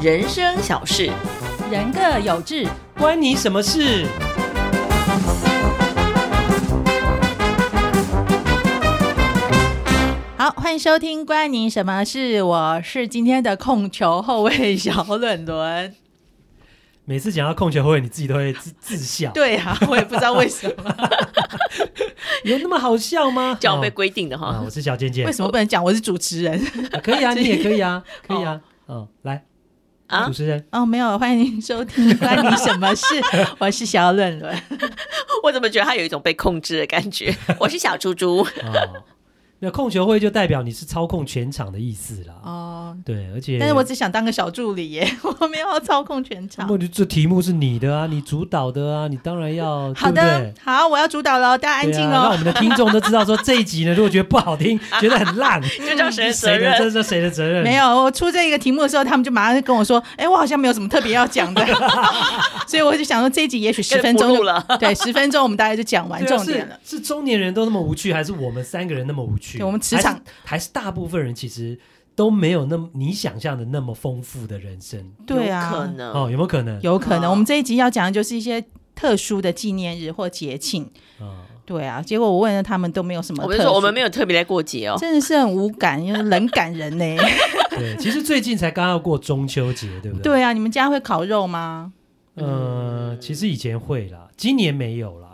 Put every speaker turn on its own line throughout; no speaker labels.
人生小事，
人各有志，
关你什么事？
好，欢迎收听《关你什么事》，我是今天的控球后卫小伦伦。
每次讲到控球后卫，你自己都会自自笑，
对 啊，我也不知道为什 么，
有那么好笑吗？
这样被规定的
哦啊，
嗯
哈。
我是小健健
为，什么不能讲我是主持人？
啊 可以啊，你也可 以啊，可以啊，嗯，来，
啊
主，持人，
哦，没有，欢迎收听《关你什么事》， 我是小伦伦。
我怎么觉得他有一种被控制的感 觉？我是小猪猪，
哦，没有控球会就代表你是操控全场的意思啦。
哦，
对，而且，
但是我只想当个小助理耶， 我没有要操控全场
那。么这题目是你的啊，你主导的啊，你当然要，
好
对不
的
对？，
好，我要主导了，大家安静
对啊让我
哦。
们的听众都知道，说这一集呢，如果觉得不 好听，觉得很烂，嗯
就叫谁的责
谁的？
任？
这是谁的责任？
没有，啊我出这个题目的时候，他们就马上就跟我说：“哎、我好像没有什么特别要讲 的。”所以我就想说，这一集也许十分钟
不录
就
了，
对，十分钟我们大概就讲完
对啊
重点了。
是。是中年人都那么无趣，还是我们三个人那么无趣？
对我们磁场
还是还是大部分人其实都没有那么你想象的那么丰富的人生
对
有可
啊，
哦，
能。
有没有可能？
有可
哦
能。我们这一集要讲的就是一些特殊的纪念日或节庆。
哦
对啊，结果我问了他们都没有什么
我
特殊，
们说我们没有特别来过节哦，
真的是很无感，因为冷感人呢、
对，其实最近才刚要过中秋节，对不对？
对啊，你们家会烤肉吗？
对，呃，其实以前会啦，今年没有啦。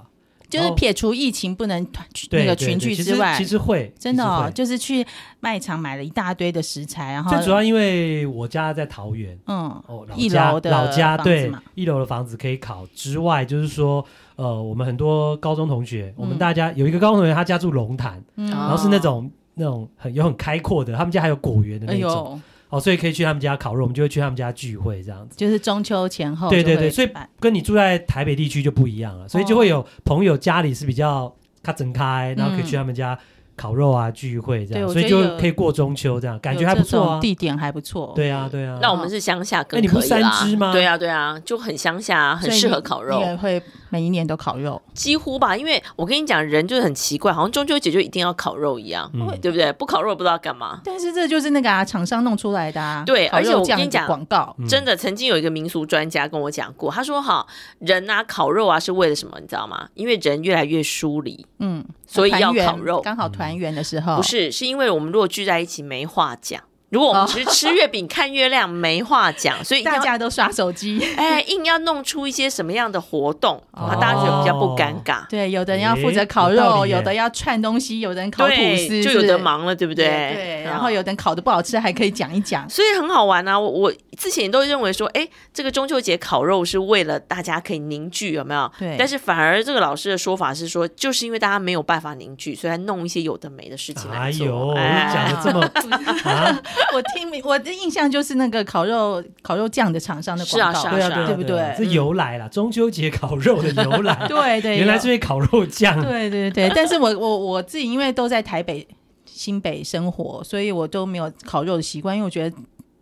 就是
哦
撇除疫情不能团聚
对，
那个
对
群
对
聚
其
之
实
外
其，实会
真的哦，
其实
就是去卖场买了一大堆的食材，然后
会最主要因为我家在桃园。
嗯，
哦，老
一
家
楼的
老家
房子
对
嘛，
一楼的房子可以考之外，就是说，呃，我们很多高中同学，我们
嗯
大家有一个高中同学，他家住龙潭，
嗯
哦
然后是那种那种很有很开阔的，他们家还有果园的
哎
那种，
呦，
哦，所以可以去他们家烤肉，我们就会去他们家聚会这样子。
就是中秋前后
对
哦就会
对对所以
办哦
跟你住在台北地区就不一样了，所以就会有朋友家里是比较咔整开，然后可以去他们家烤肉啊聚会这
嗯对
样，
我
所以
觉得
就
有
可以过中秋这样，感觉
有
还不
这种
错啊。
地点还不错，
对啊，对啊。
那我们是乡下
哎
更
你不
可
是
以啦
三只吗。
对啊，对啊，就很乡下，很
所以
适
你
合烤肉
你。也会每一年都烤肉，
几乎吧，因为我跟你讲，人就是很奇怪，好像中秋节就一定要烤肉一样，
嗯
对不对？不烤肉不知道干嘛。
但是这就是那个啊，厂商弄出来的啊，
对
烤
而且
肉
我
酱
跟你
的
讲
广告，
嗯
真的，曾经有一个民俗专家跟我讲过，他说哈，人啊烤肉啊是为了什么？你知道吗？因为人越来越疏离，
嗯，
所以要
团圆
烤肉嗯
刚好团圆的时候，
不是，是因为我们如果聚在一起没话讲。如果我们只是吃月饼、看月亮，没话讲，所以一定
哦大
要
家都刷手机，
哎硬要弄出一些什么样的活动，
哦
啊，大家觉得比较不尴尬。
对，有的人要负
诶
责烤
有道
肉，
理耶
有的要串东西，有的人烤吐司，
对，就是有
不是
的忙了，对不
对
对，嗯
然后有的人烤的不好吃，还可以讲一讲，
所以很好玩啊！我我之前也都认为说，哎，这个中秋节烤肉是为了大家可以凝聚，有没有？
对
但是反而这个老师的说法是说，就是因为大家没有办法凝聚，所以他弄一些有的没的事情
哎
来
呦，
做。
你讲的
哎
这么啊，
我听明我的印象就是那个烤肉烤肉酱的厂商的
是啊
广告，
是啊
对啊，啊
对不
啊这
对
由来啦，中秋节烤肉的由来，
对对，
原来是
有
因为烤肉酱。
对对对，但是我我我自己因为都在台北新北生活，所以我都没有烤肉的习惯，因为我觉得。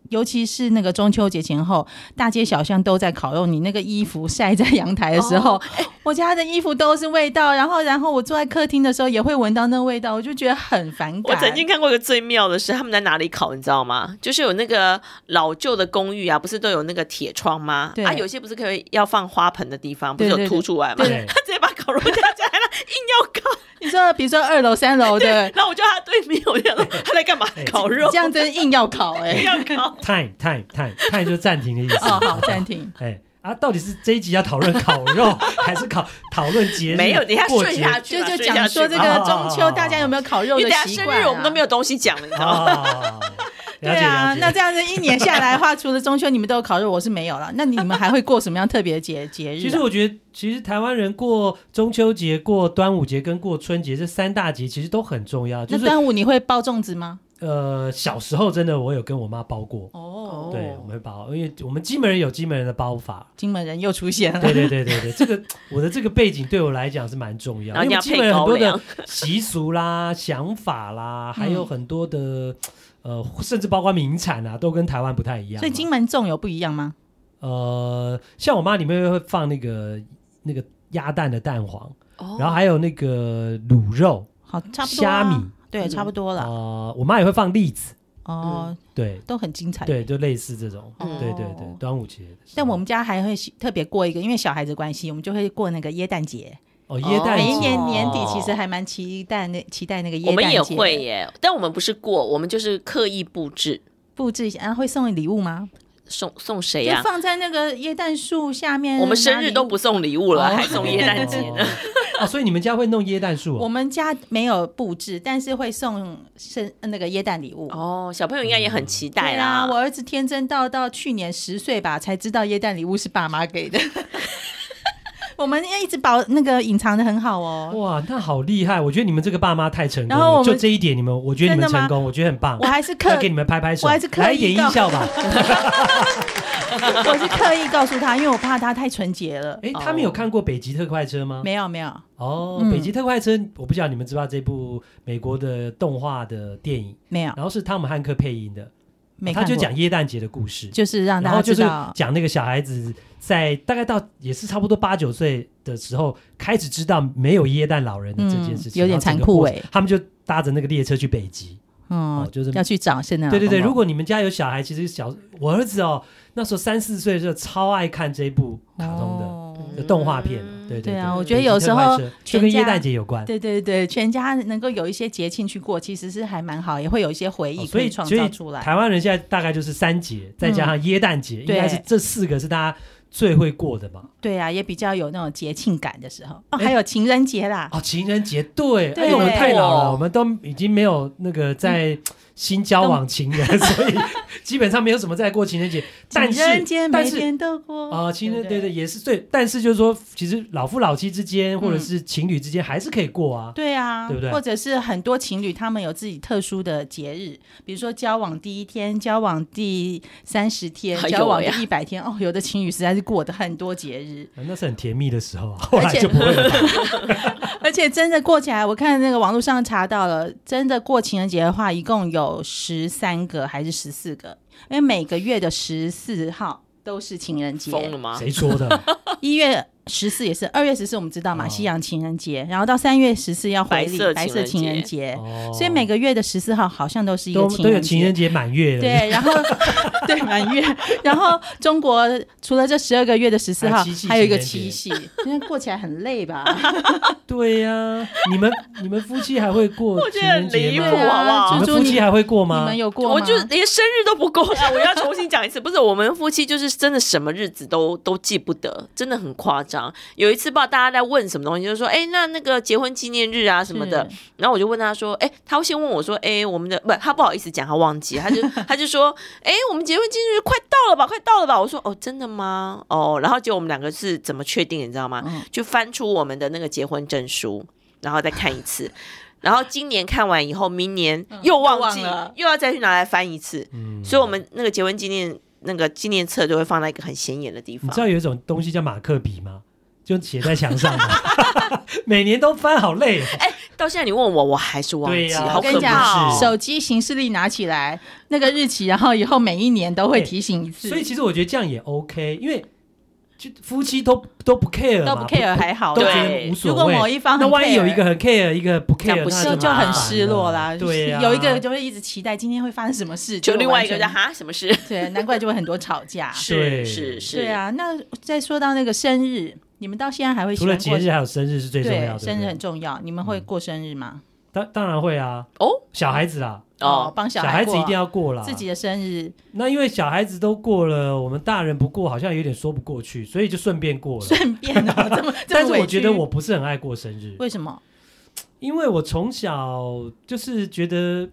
尤其是那个中秋节前后，大街小巷都在烤肉。你那个衣服晒在阳台的时候，
哦
哎我家的衣服都是味道。然后，然后我坐在客厅的时候也会闻到那味道，我就觉得很反
我
感。
曾经看过一个最妙的是，他们在哪里烤，你知道吗？就是有那个老旧的公寓啊，不是都有那个铁窗吗？
对
啊，有些不是可以要放花盆的地方，不是
对对
有
对
凸出来吗？
对
他直接把烤肉架起来了， 硬要烤。
你说，比如说二楼、三楼的，
然后我就在他 对面，我就想说他在干嘛？烤肉
哎这，样真硬要烤 哎、
硬要烤。
time time time time 就是暂停的意思。
哦，好，暂停。
哎啊，到底是这一集要讨论烤肉，还是考讨论节日？
没有，等一下
过
顺
节
下去
就
吧，
就
顺下
讲
去
说这
吧
个
哦
中秋大家有没有烤肉
因
的
为等一
习
下
惯、啊
生日我们都没
有。
有东西讲 了，你知道吗？
哦，
对
了解
啊
了，解
那这样子一年下来的话， 除了中秋你们都有烤肉，我是没有了。那你们还会过什么样特别的节节日、啊？
其实我觉得，其实台湾人过中秋节、过端午节跟过春节这三大节，其实都很重要。就
那
是
端午你会包粽子吗？
呃，小时候真的我有跟我妈包过，
哦，
对，我们会包，因为我们金门人有金门人的包法，
金门人又出现了。
对对对对对，这个我的这个背景对我来讲是蛮重要
然，后
因
你
为
要
基
配
本很
高
多
粱
的习俗啦、想法啦，还有
嗯
很多的呃，甚至包括名产啊，都跟台湾不太一样嘛。
所以金门粽有不一样吗？
呃，像我妈里面会放那个那个鸭蛋的蛋黄，
哦
然后还有那个卤肉、
好，差不多、啊。
虾米，哦
对，差不多了。
呃，我妈也会放栗子，
哦，
对
都很精彩。
对，就类似这种，
哦，
对对对，端午节的时候。
但我们家还会喜特别过一个，因为小孩子关系，我们就会过那个耶诞节。
哦，耶诞
每一
节
年年底
哦
其实还蛮期待那期待那个耶
我
诞节，
们也会耶，但我们不是过，我们就是刻意布置，
布置一下，啊会送礼物吗？
送送谁
就
呀、
放在那个耶诞树下面。
我们生日都
拿礼物
不送礼物了，
哦
还送耶诞节呢？
哦，所以你们家会弄椰蛋树、
我
哦？
们家没有布置，但是会送生那个耶诞礼物。
哦，小朋友应该也很期待
对
啦。
啊，我儿子天真到到去年十岁吧，才知道耶诞礼物是爸妈给 的。我们要一直保那个隐藏的很好哦。
哇，那好厉害！我觉得你们这个爸妈太成功
然后我
了，
们
就这一点，你们我觉得你们
真的吗
成功，我觉得很棒
我。还是刻
来给你们拍拍手，
我还是刻意
来一点音效 吧。
我是刻意告诉他，因为我怕他太纯洁了。
哎，他们有看过《北极特快车》吗？
没有没有，
哦，
嗯
北极特快车》我不知道你们知不知道这部美国的动画的电影，
没有
然后是汤姆汉克配音的，
啊没看
他
过，
就讲耶诞节的故事，
就是让大
然后
家知
就是
道，
讲那个小孩子在大概到也是差不多八九岁的时候，开始知道没有耶诞老人的这件事情，
嗯有点
然后整
残
个
酷
过
欸
程他们就搭着那个列车去北极，哦
嗯，
就是
要去找圣诞老
对
公公。
对对，如果你们家有小孩，其实小我儿子哦，那时候三四岁的时候超爱看这一部
哦
卡通的、
的
有动画片，对
对
对
啊，
对
我觉得有时候
北极特快车就
全
跟
家
耶诞节有关。
对对对，全家能够有一些节庆去过，其实是还蛮好，也会有一些回
哦
忆
所
可
以
创
所以
造出来。
台湾人现在大概就是三节，再加上耶诞节，应该是
对
这四个是大家最会过的嘛。
对啊，也比较有那种节庆感的时候。哦，
哎
还有情人节啦，
哦，情人节，对，
对
哎，我们太老了，
哦
我们都已经没有那个在新交往情人，所以基本上没有什么在过情人节。但
情人
是
节
但
每
是
天都过
啊、情人
不
对对也是对，但是就是说，其实老夫老妻之间，或者是情侣之间，还是可以过啊。
对啊，
对不对
或者是很多情侣他们有自己特殊的节日，比如说交往第一天、交往第三十天、
哎呦
交往
喂呀
第一百天。哦，有的情侣实在是过的很多节日，
啊那是很甜蜜的时候啊，后来
且
就不会了吧。
而且真的过起来，我看那个网络上查到了，真的过情人节的话，一共有十三个还是十四个？因为每个月的十四号都是情人节，
疯了吗？
谁说的？
一月十四也是，二月十四我们知道嘛，
哦
西洋情人节，然后到三月十四要回礼
白色情人节
白色情人节，
哦
所以每个月的十四号好像都是一个
都
情
都有
人
情人
节。
节满月了，
对，然后 对满月，然后中国除了这十二个月的十四号
还有七夕，
还有一个
情
七
人节
夕，因为过起来很 累吧？
对呀、你们你们夫妻还会过
觉
情
得很
人节
离
吗
谱？
对啊
好不好
猪
你们
猪
夫
你
妻还会过
你
吗
们？有过吗？
我就连生日都不够啊！我要重新讲一 次，不是我们夫妻就是真的什么日子都都记不得，真的很夸张。有一次不知道大家在问什么东西，就说：“哎、那那个结婚纪念日啊什么的。”然后我就问他说：“哎、他会先问我说：‘哎、我们的不，他不好意思讲，他忘记，他就他就说：‘哎、我们结婚纪念日快到了吧，快到了吧？’我说：‘哦，真的吗？哦。’然后结果我们两个是怎么确定，你知道吗？
嗯
就翻出我们的那个结婚证书，然后再看一次。然后今年看完以后，明年又忘记，
嗯又忘了
又要再去拿来翻一次。
嗯，
所以我们那个结婚纪念那个纪念册就会放在一个很显眼的地
你
方
知。道有一种东西叫马克笔吗？就写在墙上的， 每年都翻，好累、哦。
哎
到现在你问我，我还是忘
对
记，
呀
好
我跟你
可
讲，
怕
是
哦！
手机行事历拿起来，那个日期，然后以后每一年都会提醒一次，
哎所以其实我觉得这样也 OK，因为就夫妻都都不 care，
都
嘛
不 care 还好
都
对
觉
啦。
得无
如
所
果
谓。
某一方很
那万一有
care
一个很 care，一个不 care，
样不
那
行
就
嘛
就
麻烦
很
了
失落啦，
对啊呀、
有一个就会一直期待今天会发生什么事，
就
结
另
果
外
完
一个
全
人哈，什么事？。
对，难怪就会很多吵架
是
对
是是，
对啊，那再说到那个生日，你们到现在还会喜
除了
欢
节
过？
日还有生日是最重要的。
对，生日
对
很
不对
重要。你们会过生日吗？
当当然会啊，
哦
小孩子啦，
哦，
帮小
小孩子
过啊
一定要过啦。
自己的生日，
那因为小孩子都过了，我们大人不过好像有点说不过去，所以就顺便过了。
顺便哦，这么这
但
么
是我
委
觉
屈。
得我不是很爱过生日，
为什么？
因为我从小就是觉得，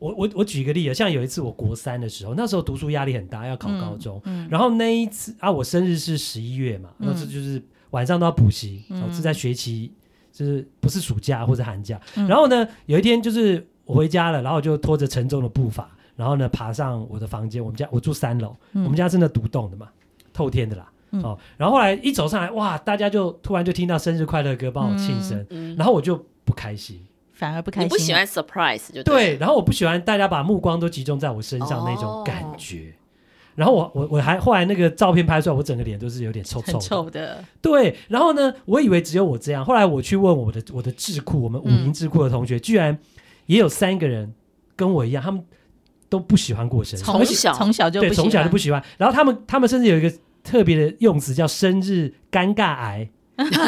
我我我举一个例子，啊像有一次我国三的时候，那时候读书压力很大，要考高中，
嗯
然后那一次啊，我生日是十一月嘛，
嗯
那这就是晚上都要补习，
嗯
我是在学期，就是不是暑假或者寒假。
嗯
然后呢，有一天就是我回家了，然后我就拖着沉重的步伐，然后呢爬上我的房间，我们家我住三楼，
嗯
我们家是那独栋的嘛，透天的啦。
嗯
哦，然后后来一走上来，哇，大家就突然就听到生日快乐歌，帮我庆生，
嗯，
然后我就不开心。
反而不开
你不
心。
喜欢 surprise 就
对，然后我不喜欢大家把目光都集中在我身上那种感觉。然后我我我还后来那个照片拍出来，我整个脸都是有点臭臭
很
的。
臭的，
对，然后呢，我以为只有我这样，后来我去问我的我的智库，我们五
嗯
营智库的同学，居然也有三个人跟我一样，他们都不喜欢过生日，
从
而且
小
从小就
对
不
从小就不
喜
喜欢。然后他们他们甚至有一个特别的用词叫“生日尴尬 癌”，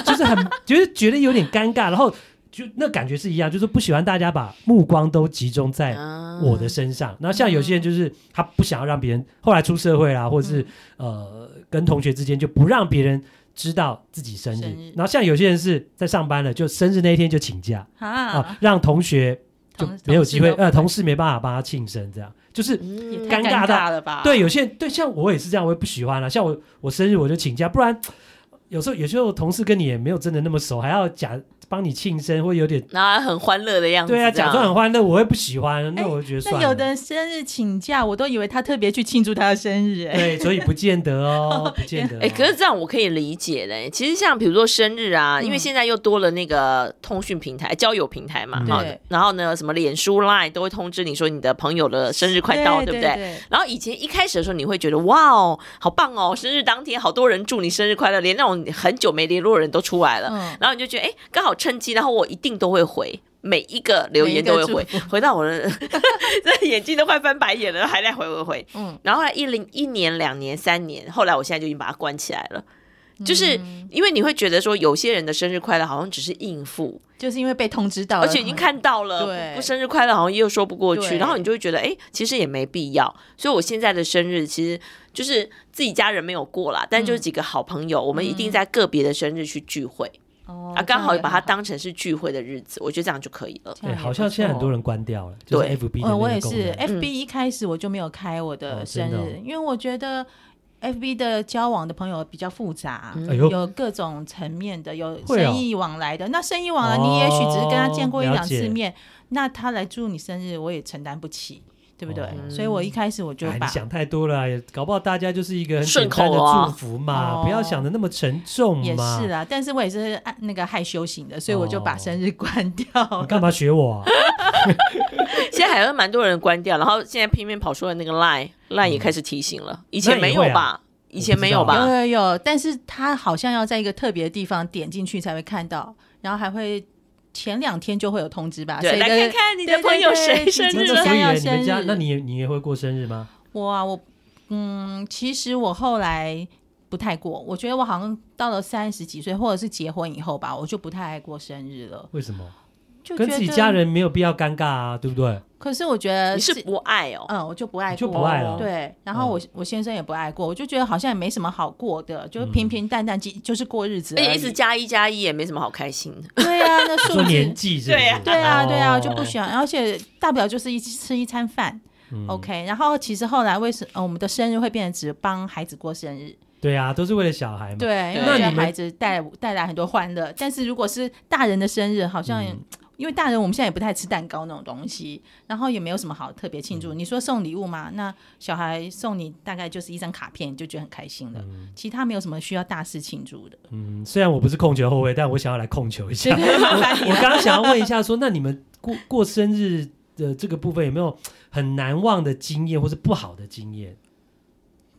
就是很就是觉得有点尴尬，然后就那感觉是一样，就是不喜欢大家把目光都集中在
嗯
啊
我的身上。那像有些人就是他不想要让别人，后来出社会啦，或者是、
嗯
呃跟同学之间就不让别人知道自己生日。
生日
然后像有些人是在上班了，就生日那一天就请假
欢
啊
啊，
让同学就
同
没有机会，呃，同
事
事没办法帮他庆生，这样就是。
都也
嗯
太
尴尬
尴
到
尬了吧？
对，有些人对像我也是这样，我也不喜欢啦。啊像我我生日我就请假，不然有时候有时候同事跟你也没有真的那么熟，还要假帮你庆生，会有点
然后还很欢乐的样子，
对啊，
这样
假装很欢乐，我会不喜欢。那
哎
我就觉得算
那
了。
有的人生日请假，我都以为他特别去庆祝他的生日、哎，
对，所以不见得 哦，不见得、哦。
哎、可是这样我可以理解嘞。其实像比如说生日啊，因为
嗯
现在又多了那个通讯平台、交友平台嘛，
嗯
哈
对，
然后呢，什么脸书、Line 都会通知你说你的朋友的生日快到了，对不
对
对？然后以前一开始的时候，你会觉得哇哦，好棒哦！生日当天好多人祝你生日快乐，连那种很久没联络的人都出来了。
嗯
然后你就觉得哎，刚好趁机，然后我一定都会回。每一个留言都会
每
回
一个祝，
回到我的 这眼睛都快翻白眼了，还在回回回。
嗯，
然后后来一零一年、两年、三年，后来我现在就已经把它关起来了，就是
嗯
因为你会觉得说，有些人的生日快乐好像只是应付，
就是因为被通知到了，
而且已经看到了，
嗯对
不不生日快乐好像又说不过去，
对
然后你就会觉得，哎，其实也没必要。所以我现在的生日其实就是自己家人没有过啦，但就是几个好朋友，我们一定在个别的生日去聚会、
哦
啊，刚好把它。当成是聚会的日子，我觉得这样就可以了。
这
对，
样也
哎好像现在很多
不错。
人关掉了，就是
对
FB 的那
呃，
个
我也
功
是
能嗯
，FB 一开始我就没有开我的
哦
生
真
日，
的哦
因为我觉得 FB 的交往的朋友比较复杂，
嗯
哎呦，
有各种层面的，有
会哦
生意往来的。那生意往来，你也许只是跟他见过一
哦
两
了
次
解
面，那他来祝你生日，我也承担不起，对不对？
哦
所以我一开始我就
哎，你
把
想太多了，也搞不好大家就是一个很
顺
简单的
口啊
祝福嘛，
哦
不要想的那么沉重
也
嘛。
是啦，但是我也是按那个害羞型的，所以我就
哦
把生日关掉
你
了。
干嘛 学我啊？
现在还有蛮多人关掉，然后现在偏偏跑出来那个 Line Line 也开始提醒了，以前没有
那也会啊
吧？以前没有
我不知
吧？
有有有，但是他好像要在一个特别的地方点进去才会看到，然后还会前两天就会有通知吧。所
啊
对，
以
来
跟
看看你的
对对
朋友
对
谁
对
生
今
日啊
天
了
就。
所
想要
以啊你们家
生，日
那你也你也会过生日吗？
我啊，我嗯，其实我后来不太过，我觉得我好像到了三十几岁，或者是结婚以后吧，我就不太爱过生日了，
为什么？
就
跟
觉
自己
得
家。人没有必要尴尬啊，对不 对？
可是我觉得
你是不爱哦，
嗯，我就不爱
你
过，
就不爱了嗯
对，然后我、我先生也不爱过，我就觉得好像也没什么好过的，就是
嗯
平平淡淡，就嗯就是啊过日子
而
而已。
哎且一直加一加一也没什么好开心的。
对啊，那
说
数
年
字。
纪是不
对
是
啊？
对啊，对啊，
哦
就不喜欢，而且大不了就是一起吃一餐饭、
嗯
o k 然后其实后来为什么、呃我们的生日会变成只帮孩子过生日？
对啊，都是为了小孩嘛。
对，因为
那
我觉得
你们
孩子带带来很多欢乐，但是如果是大人的生日，好
嗯
像、因为大人我们现在也不太吃蛋糕那种东西，然后也没有什么好特别
嗯
庆祝。你说送礼物嘛，那小孩送你大概就是一张卡片，你就觉得很开心了。其他没有什么需要大事庆祝的。
嗯，虽然我不是控球后卫，但我想要来控球一 下。
对麻烦你
我
了
刚刚想要问一下说那你们过过生日的这个部分有没有很难忘的经验，或是不好的经验？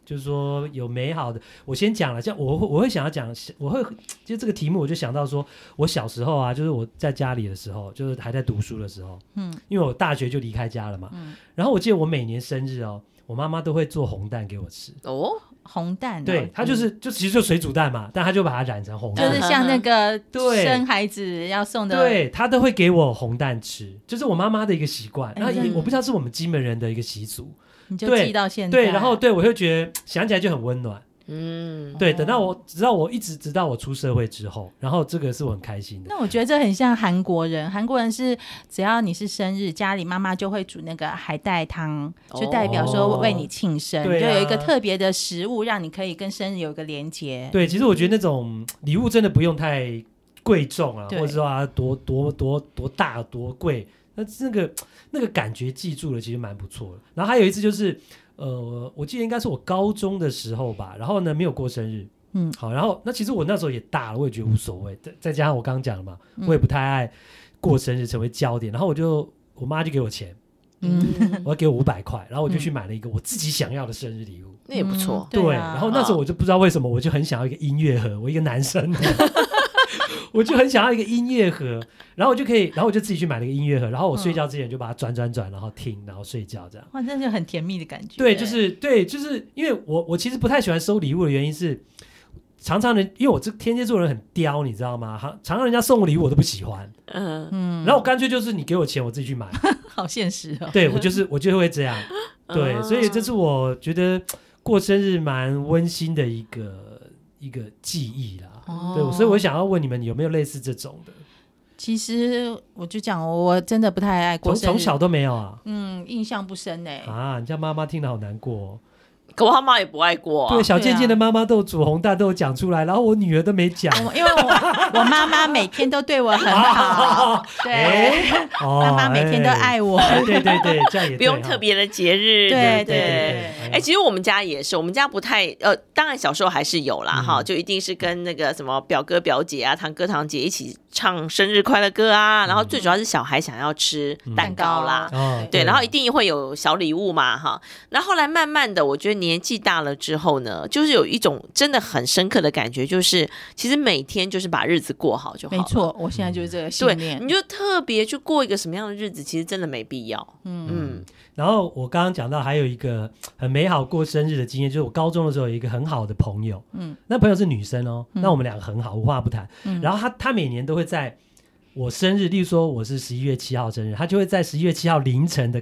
就是说有美好的，我先讲了，像我会我会想要讲，我会就这个题目，我就想到说，我小时候啊，就是我在家里的时候，就是还在读书的时候，嗯，因为我大学就离开家了嘛，嗯，然后我记得我每年生日哦，我妈妈都会做红蛋给我吃，
哦，
红蛋、哦，
对，她就是就其实就水煮蛋嘛，但她就把它染成红
就
蛋，
是像那个
对
生孩子要送的，
对他都会给我红蛋吃，就是我妈妈的一个习惯。
哎
那也
真的
我不知道是我们金门人的一个习俗，
你就
对
记到现在。
对。然后对我就觉得想起来就很温暖。
嗯，
对，等到
哦
我直到我一直直到我出社会之后，然后这个是我很开心的。
那我觉得这很像韩国人，韩国人是只要你是生日，家里妈妈就会煮那个海带汤，
哦
就代表说为你庆生，
对啊
就有一个特别的食物，让你可以跟生日有一个连接。
对，其实我觉得那种礼物真的不用太贵重啊，或
对
者说啊多多多多大多贵，那那个那个感觉记住了，其实蛮不错的。然后还有一次就是，呃，我记得应该是我高中的时候吧，然后呢没有过生日，
嗯
好，然后那其实我那时候也大了，我也觉得无所谓，再再加上我刚刚讲了嘛，
嗯
我也不太爱过生日成为焦点，然后我就我妈就给我钱，
嗯，
嗯，
我要给我五百块，然后我就去
嗯
买了一个我自己想要的生日礼物。
那也不错
嗯。对啊
然后那时候我就不知道为什么，我就很想要一个音乐盒，我一个男生的，我就很想要一个音乐盒，然后我就可以，然后我就自己去买了一个音乐盒，然后我睡觉之前就把它转转转，然后听，然后睡觉这样。
哇，那就很甜蜜的感觉。
对，就是对，就是因为我我其实不太喜欢收礼物的原因是，常常人因为我这天蝎座人很刁，你知道吗？常常常人家送我礼物我都不喜欢，
嗯
嗯，
然后我干脆就是你给我钱我自己去买，
好现实哦。
对我就是我就会这样。对，
啊
嗯
所以这是我觉得过生日蛮温馨的一个一个记忆啦。
哦
对，所以我想要问你们有没有类似这种的？
其实我就讲，我真的不太爱过
从
生日
从小都没有啊
嗯，印象不深哎、
啊！你家妈妈听了好难过、哦
可我他妈也不爱过啊
对，。小
对啊
健健的妈妈都有煮红蛋都有讲出来，然后我女儿都没讲。
我因为我我妈妈每天都对我很好，对，
哎，啊哦
妈妈每天都
哎
爱我，
哎对对对，这样也
不用
对
特
哈。
别的节日，对
对
对
对。
对，
哎、其实我们家也是，我们家不太呃，当然小时候还是有啦哈、就一定是跟那个什么表哥表姐啊、堂哥堂姐一起唱生日快乐歌啊，然后最主要是小孩想要吃蛋糕啦，
哦
对，然后一
定
定会有小礼物嘛，哈。那后来慢慢的，我觉得年纪大了之后呢，就是有一种真的很深刻的感觉，就是其实每天就是把日子过好就好
没
了。
错，我现在就是这个信
对，
念
你，就特别去过一个什么样的日子，其实真的没必要。嗯
然后我刚刚讲到还有一个很美好过生日的经验，就是我高中的时候有一个很好的朋友，
嗯
嗯，那朋友是女生哦，
嗯
那我们两个很好，无话不谈。
嗯
然后她她每年都会在我生日，例如说我是十一月七号生日，她就会在十一月七号凌晨的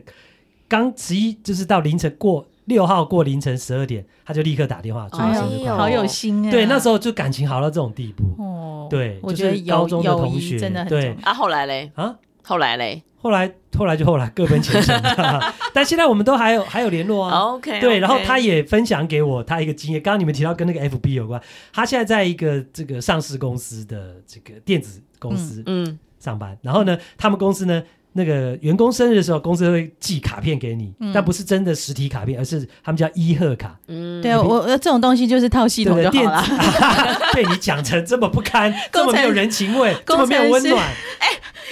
刚十一就是到凌晨过六号过凌晨十二点，她就立刻打电话祝我
哎
生
呦
日快乐。
好有心啊！
对，那时
候
候就感情好到这种地步。
哦，
对，
我
就
觉得
是高
友
中的
友
同
谊
学，
真的很重
对
要。
啊，后来嘞，
啊，
后来嘞、
后来后来就后来各奔 前程，但现在我们都还有还有联络啊。
o k
对，然后他也分享给我他一个经验，刚刚你们提到跟那个 FB 有关，他现在在一个这个上市公司的这个电子公司
嗯，
上班，然后呢，他们公司呢。那个员工生日的时候，公司会寄卡片给你，
嗯
但不是真的实体卡片，而是他们叫一贺卡。
嗯，
对我我呃这种东西就是套系
对
统
不
就
对？电
好了。
子被你讲成这么 不堪，这么没有人情味，这么没有温暖，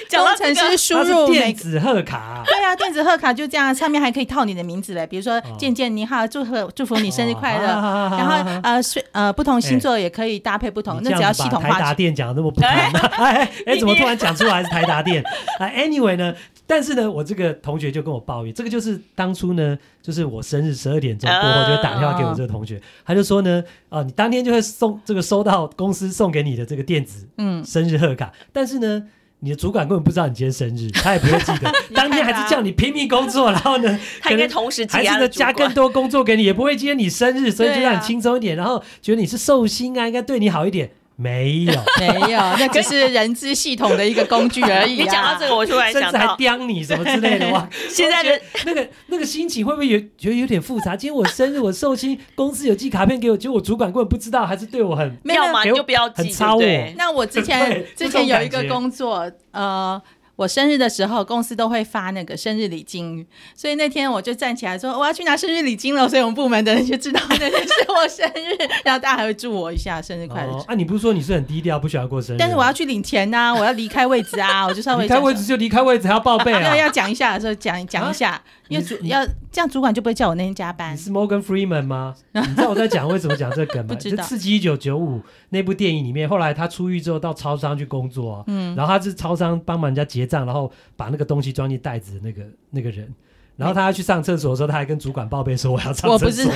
讲到
工
这
程
个
师输
它是
入每
电子贺卡。
对啊，电子贺卡就这样，上面还可以套你的名字嘞，比如说
哦
健健你好，祝贺祝福你生日快乐。
哦
然后呃，是呃，不同星座也可以搭配不同，
哎你
那
这样
只要
子
系
把
统
台
化
达电讲的那么不堪，哎哎，怎么突然讲出来是台 达电？啊，anyway 呢？但是呢，我这个同学就跟我抱怨，这个就是当初呢，就是我生日十二点钟过后
啊
就打电话给我这个同
哦
学，他就说呢，啊，你当天就会送这个收到公司送给你的这个电子
嗯，。
生日贺卡，但是呢，你的主管根本不知道你今天生日，他也不会记得 当天还是叫你拼命工作，然后呢，
他
可
应该
能
同时
还
挤
是
压
呢加更多工作给你，也不会今天你生日，所以就
对啊
让你轻松一点，然后觉得你是寿星啊，应该对你好一点。没 有，
没有，那只是人资系统的一个工具而 已、啊。
你讲到这个，，我突然
甚
想
至还
到，
刁你什么之类 的哇！
现在的
那个那个心情会不会有觉得有点复杂？今天我生日，我寿星，公司有寄卡片给我，结果我主管根本不知道，还是对我很
没有
要么
给
你
我
就不要
很
记，对
差
不
我
对？
那我之前 之
对
前有一
这种
个
感觉
工作，呃，我生日的时候，公司都会发那个生日礼金，所以那天我就站起来说我要去拿生日礼金了，所以我们部门的人就知道那天是我生日， 然后大家还会祝我一下生日快乐。
哦啊！你不是说你是很低调，不喜欢过生日？啊
但是我要去领钱呐、我要离开位置啊，我就稍微
离开
讲
位置就离开位置，还要报备
要
啊！
要讲一下的时候讲讲一下，因为主
你
要这样主管就不会叫我那天加班
你。是 Morgan Freeman 吗？你知道我在讲为什么讲这个梗
不
吗？
知道
就刺激一九九五》那部电影里面，后来他出狱之后到超商去工作啊，
嗯
然后他是超商帮忙人家结账，然后把那个东西装进袋子的那个那个人，然后他要去上厕所的时候，他还跟主管报备说我要上
我
厕
不是
所。，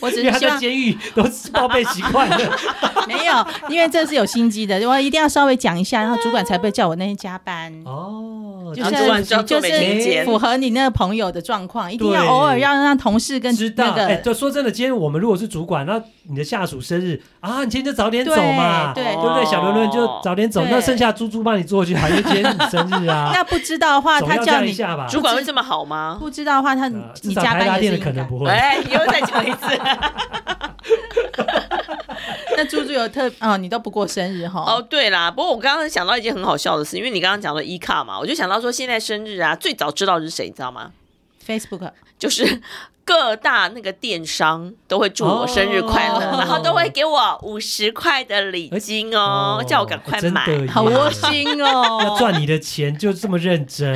我只
因
是
为他
希
在
望
监狱都是报备习 惯了，
没有，因为这是有心机的，我一定要稍微讲一下，然后主管才不会叫我那天加班。
哦，
就
然后主管知道
是
做
就
美情
是
节
符合你那个朋友的状况，一定要
对
偶尔要让同事跟
知道。
那个
哎，就说真的，今天我们如果是主管，那你的下属生日啊，你今天就早点走嘛，
对
哦对不对？小伦伦
哦
就早点走，
哦对
那剩下猪猪帮你做去，好，因为今天你生 日啊。
那不知道的话，
总
他
要这
叫
样一
你
下吧。
主管会这么好吗？
不知道的话，他
呃至
你
少
加
台达
班也
店
是
的
应
可能
该。哎
不会。
喂，你又再讲一 次
那猪猪有特哦，你都不过生日哈？
哦，，对啦。不过我刚刚想到一件很好笑的事，因为你刚刚讲到 e 卡嘛，我就想到说现在生日啊，最早知道的是谁，你知道吗？
哎
Facebook
就是 各大那个电商都会祝我生日 快乐，
哦
然后都会给我五十块的礼金哦，
哎哦
叫我赶快买。
真的耶
好窝心
要
哦。
赚你的钱就这么 认真，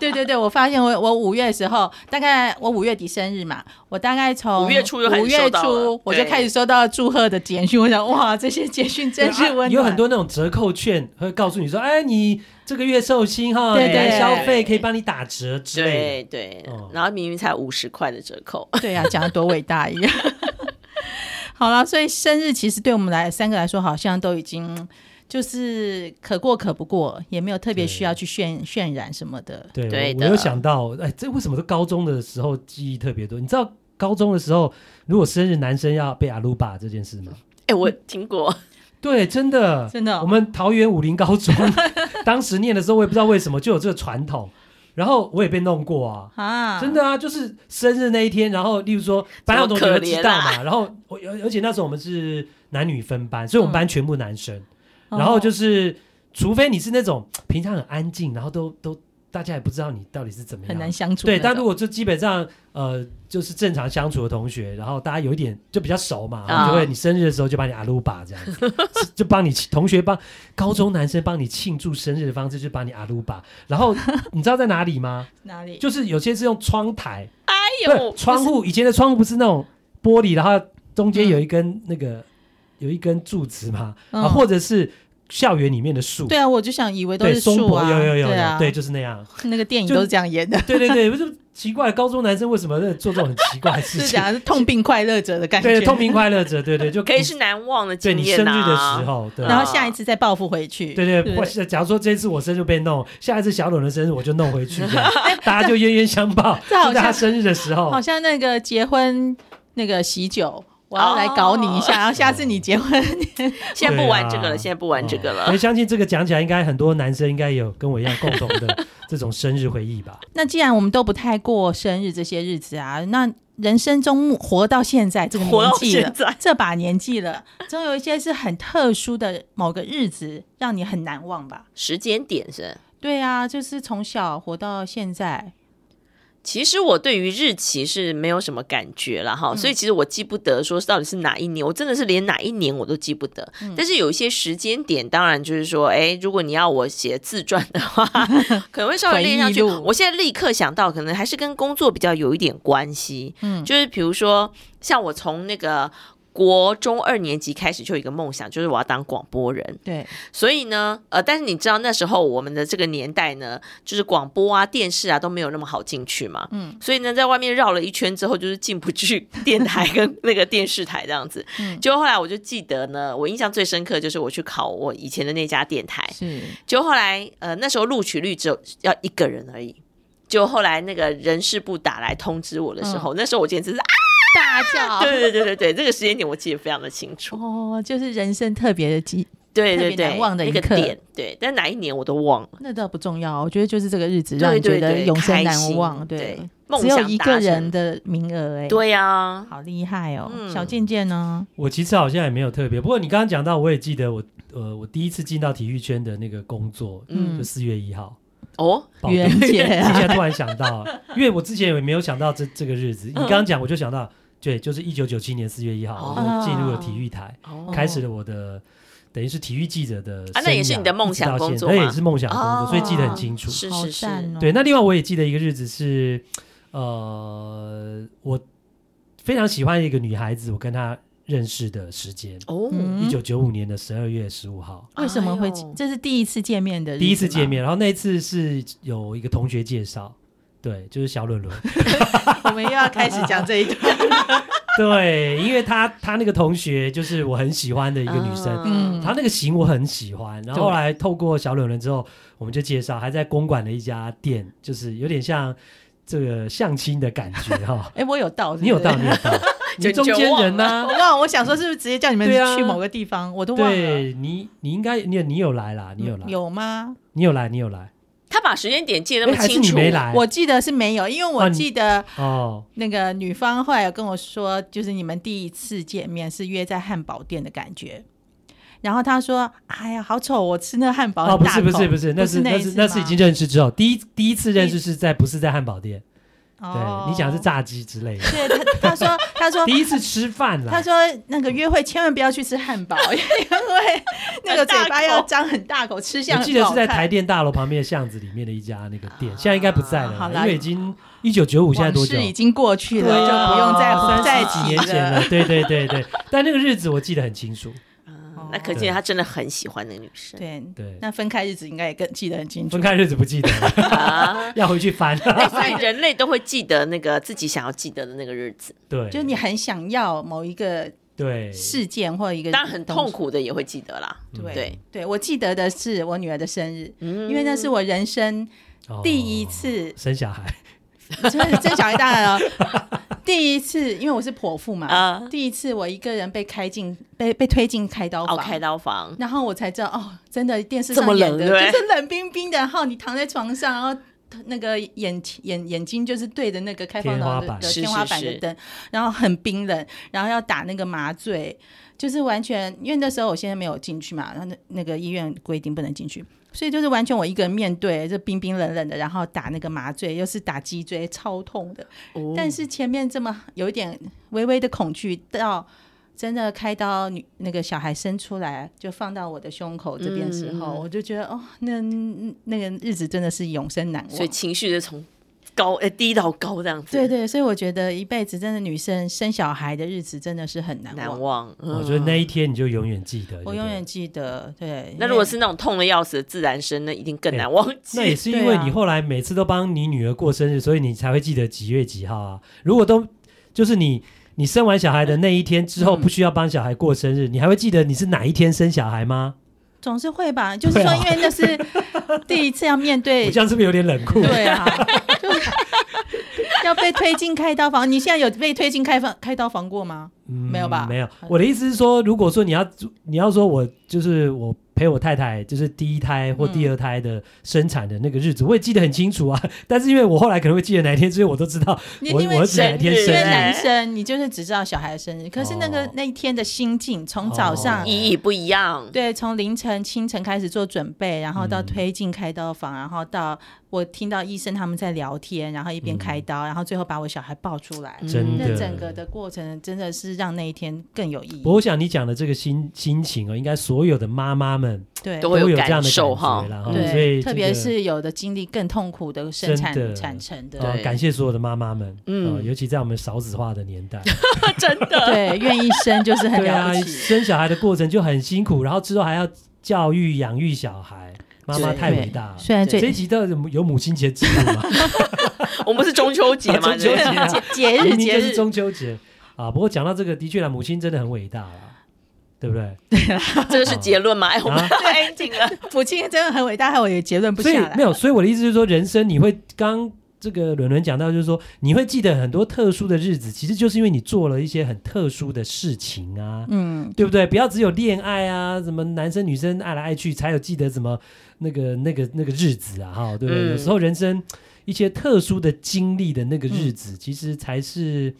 对对对，我发现我我五月的时候，大概我五月底生日嘛，我大概从
五月初就开始
五月
收到了
初我就
对
开始收到祝贺的简讯，我想哇，这些简讯真是温暖。
啊有很多那种折扣券会告诉你说，哎，你这个月寿星哈，
对
你来
对
消费可以帮你打折之类的。
对对
哦，
然后明明才五十块的折扣，
对呀、讲的多伟大一样。 好了，所以生日其实对我们来三个来说，好像都已经就是可过可不过，也没有特别需要去渲渲染什么的。
对，
对
我
的
我有想到，哎，这为什么高中的时候记忆特别多？你知道高中的时候，如果生日男生要被阿鲁巴这件事吗？
哎，我听过，
对，真的，
真的哦
我们桃园武林 高中当时念的时候，我也不知道为什么就有这个传统，然后我也被弄过啊。
啊，
真的啊，就是生日那一天，然后例如说班上同学都知道
啊
嘛，然后我而而且那时候我们是男女分班，所以我们班全部男生，
嗯哦，
然后就是除非你是那种平常很安静，然后都都大家也不知道你到底是怎么
很
样
难。相处那
对，
种。
但如果就基本上呃就是正常相处的同学，然后大家有一点就比较熟嘛，
啊
然后就会你生日的时候就把你阿鲁巴这样 子，是就帮你同学帮高中男生帮你庆祝生日的方式就是把你阿鲁巴，然后你知道在哪 里吗？
哪里
就是有些是用窗台，
哎
对，
呦，
窗户以前的窗户不是那种玻璃，然后中间有一根那个、有一根柱子嘛，
嗯
啊，或者是校园里面的树，
对啊，我就想以为都
对，
是
松
树
柏
啊，
有有有有，
对啊，
对，就是那样。
那个电影
就
都是这样 演的，
对对对，不是奇怪，高中男生为什么在做这种很奇怪的事
是
情？
讲是痛并快乐着的感觉。
对，痛并快乐着，对对，就
可以是难忘的
对
经
你
验
生日的
啊
时候，对。
然后下一次再报复回去。
对对，
对
或是假如说这次我生日被弄，下一次小董的生日我就弄回去，这样大家就冤冤相报，
这好
就在他
像
生日的时候
好，像那个结婚那个喜酒，我要来搞你一
哦
下，然后下次你结婚，
现在不玩这个
对啊
了，现在不玩这个
哦所
了
以。相信这个讲起来，应该很多男生应该有跟我一样共同的这种生日回忆吧？
那既然我们都不太过生日这些日子啊，那人生中活到现在这个
活
年
到
纪了
现，在，
这把年纪了，总有一些是很特殊的某个日子让你很难忘吧？
时间点是。
对啊，就是从小活到现在，
其实我对于日期是没有什么感觉了哈，
嗯
所以其实我记不得说到底是哪一年，我真的是连哪一年我都记不得。
嗯
但是有一些时间点，当然就是说，哎，如果你要我写自传的 话，可能会稍微列上去。
回忆录
我现在立刻想到，可能还是跟工作比较有一点关系。
嗯
就是比如说，像我从那个国中二年级开始就有一个梦想，就是我要当广播人。
对，
所以呢，呃，但是你知道那时候我们的这个年代呢，就是广播啊、电视啊都没有那么好进去嘛，嗯，所以呢，在外面绕了一圈之后，就是进不去电台跟那个电视台这样子。
嗯
结果后来我就记得呢，我印象最深刻就是我去考我以前的那家电台，
是
结果后来呃那时候录取率只有要一个人而已。就后来那个人事部打来通知我的时
嗯
候，那时候我简 直是啊，
大 叫。
对对对对对，这个时间点我记得非常的清楚，
哦，就是人生特别的记，
对对
特别
对，
难忘的一
那个
刻
点，对，但哪一年我都忘了。
那倒不重要。我觉得就是这个日子让
对
你觉
对
得
对，
永生
开
难
心
忘。
对，，
只
梦
有
想
一
达
个
成
人，的名额哎，，
对呀，
好厉害哦。
嗯
小健健呢？
我其实好像也没有特别，不过你刚刚讲到，我也记得我呃，我第一次进到体育圈的那个工作，
嗯
就四月一号，
哦，
报道
袁姐
我
啊，
现在突然想到， 因为我之前也没有想到这这个日
嗯
子，你刚刚讲我就想到，对，就是一九九七年四月一号，
哦
我就进入了体育台，
哦
开始了我的等于是体育记者的生涯
啊那也是你的梦想工作
一直到现在
吗
那也是梦想工作，
哦
所以记得很清楚。
是
好
是是，
赞哦。
对，那另外我也记得一个日子是，呃，我非常喜欢一个女孩子，我跟她认识的时间，
哦，
嗯
一九九五年的十二月十五号，
为什么会
哎呦？
这是第一次见面的日子吗，
第一次见面，然后那一次是有一个同学介绍，对，就是小伦伦，
我们又要开始讲这一 段。
对，因为她她那个同学就是我很喜欢的一个女生。
嗯
她那个型我很喜欢，然后后来透过小伦伦之后，我们就介绍，还在公馆的一家店，就是有点像这个相亲的感觉哈、
哎，我有到，
你有到，
是不
你
是
有到，你中间人呐、
我忘了，我想说是不是直接叫你们
对啊
去某个地方，我都忘了。
对你，你应该你你有来啦，你有来，
有吗？
你有来，你有来，
他把时间点记得那
哎
么
还是
清
你
楚，
没来？
我记得是没有，因为
啊
我
你
记得
哦，
那个女方后来有跟我说，就是你们第一次见面是约在汉堡店的感觉。然后她说：“哎呀，好丑，我吃那个汉堡
哦，
很
不
大
是
口。”
不是不是，那
那
是那
一次
那是已
吗
经认识之后，第一第一次认识是在不是在汉堡店，
哦
对你讲的是炸鸡之类的。
对他，他说，他说，
第一次吃饭啦
哦他，说那个约会千万不要去吃汉堡， 因为那个嘴巴要张很大口，吃相
我
很
记
不
得
好
是在
看啊
台电大楼旁边的巷子里面的一家那个店，现在应该不在
好
了，
啦
因为已经一九九五，现在多
往
久
事？已经过去了，
对啊
就不用再
三十
再
几
提
年前
了。
了，对对 对对。但那个日子我记得很清楚，
啊那可见他真的很喜欢那个女生。
哦对，
对，
那分开日子应该也更记得很清楚
分。开日子不记得了，
啊，
要回去翻。
哎所以人类都会记得那个自己想要记得的那个日子，
对，
就是你很想要某一个
对
事件或一个，
当然很痛。苦的也会记得啦。
嗯
对，
对，我记得的是我女儿的生日，
嗯
因为那是我人生
哦
第一次，
生小孩，哦
真的真小一大了。哦 第一次，因为我是剖腹嘛，
嗯
啊
第一次我一个人被开进被被推进开刀
哦
房，
开刀房，
然后我才知道哦，真的电视
这么
上演
冷
的
对不对
就是冷冰冰的，然后你躺在床上，然后。那个眼眼眼睛就是对着那个开放
天花
的
板
的
是
天花板
是
的
是
灯，然后很冰冷，然后要打那个麻醉，就是完全因为那时候我现在没有进去嘛，然后那那个医院规定不能进去，所以就是完全我一个人面对这冰冰冷冷的，然后打那个麻醉，又是打脊椎，超痛的。但是前面这么有一点微微的恐惧，到真的开刀，女那个小孩生出来就放到我的胸口这边时候，我就觉得哦，那那个日子真的是永生难忘。
所以情绪就从高呃低到高这样子，
对对，所以我觉得一辈子真的女生生小孩的日子真的是很难忘。
难忘。
我
嗯
觉得那一天你就永远记得。
我
对不
永
对
远记得，对。
那
因
如果
为
是那种痛的要死的自然生，那一定更难忘记。
那也是因
对
为
啊
你后来每次都帮你女儿过生日，所以你才会记得几月几号啊。如果都就是你你生完小孩的那一天之后，
嗯
不需要帮小孩过生日，你还会记得你是哪一天生小孩吗？
总是会吧，就是
对
说，
啊
因为那是第一次要面对
我这，样是不是有点冷酷？
对啊， 就是要被推进开刀房。你现在有被推进开房开刀房过吗？
嗯
没有吧
没有。我的意思是说，如果说你要你要说我就是我陪我太太，就是第一胎或
嗯
第二胎的生产的那个日子，我也记得很清楚啊。 但是因为我后来可能会记得哪一天，所以我都知道
你
我
因为
我儿子哪一天生
因为
生日
日。
男嗯生，你就是只知道小孩的生日，可是那个、
哦
那一天的心境，从早上、
哦
意义不一样，
对，从凌晨清晨开始做准备，然后到
嗯
推进开刀房，然后到我听到医生他们在聊天，然后一边开
嗯
刀，然后最后把我小孩抱出来，
真的
那整个的过程真的是让那一天更有意义
不。过我想你讲的这个心心情哦，应该所有的妈妈们
对，
都
都
会有
有这
感
样的
受哈
觉啦哈。嗯所以
对，
这
特别
个
是有的经历更痛苦的生
真
产
的
产程的，
呃
对
感谢所有的妈妈们，
嗯
嗯，尤其在我们少子化的年代，
真 的。
对，愿意生就是很
对
了
啊，
不起。
生小孩的过程就很辛苦，然后之后还要教育养育小孩，妈妈
对
太伟大了。
虽然
对
最
这一集到底有母有母亲节记录吗？
我们是中秋节嘛，
中秋节啊
对
节
明
日
明
节
就是
日，
中秋节啊。不过讲到这个，的确啦，母亲真的很伟大啦，对不对？
这个是结论嘛？哎，我们 ending 了。
母亲真的很伟大，还有也结论不
所以
下来
没。有，所以我的意思就是说，人生你会刚这个伦伦讲到，就是说你会记得很多特殊的日子，其实就是因为你做了一些很特殊的事情啊，
嗯，
对不对？不要只有恋爱啊，什么男生女生爱来爱去才有记得什么那个那个那个日子啊，哈，对不对？
嗯
有时候人生一些特殊的经历的那个
嗯
日子，其实才是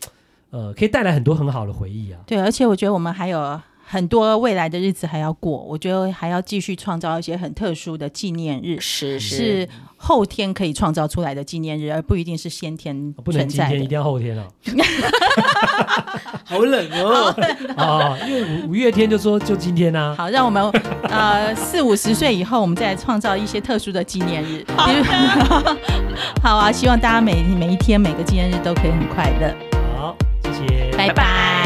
呃可以带来很多很好的回忆啊。
对，而且我觉得我们还有很多未来的日子还要过，我觉得还要继续创造一些很特殊的纪念日，
是
是后天可以创造出来的纪念日，而不一定是先天
哦不能
存
今
在
天，一
的。
定要 后天哦。
好冷 哦。
哦，因为五五月天就说就今天啊。
好，让我们呃四五十岁以后，我们再来创造一些特殊的纪念日。
好的
好啊，希望大家每每一天每个纪念日都可以很快乐。
好，谢谢，
拜拜。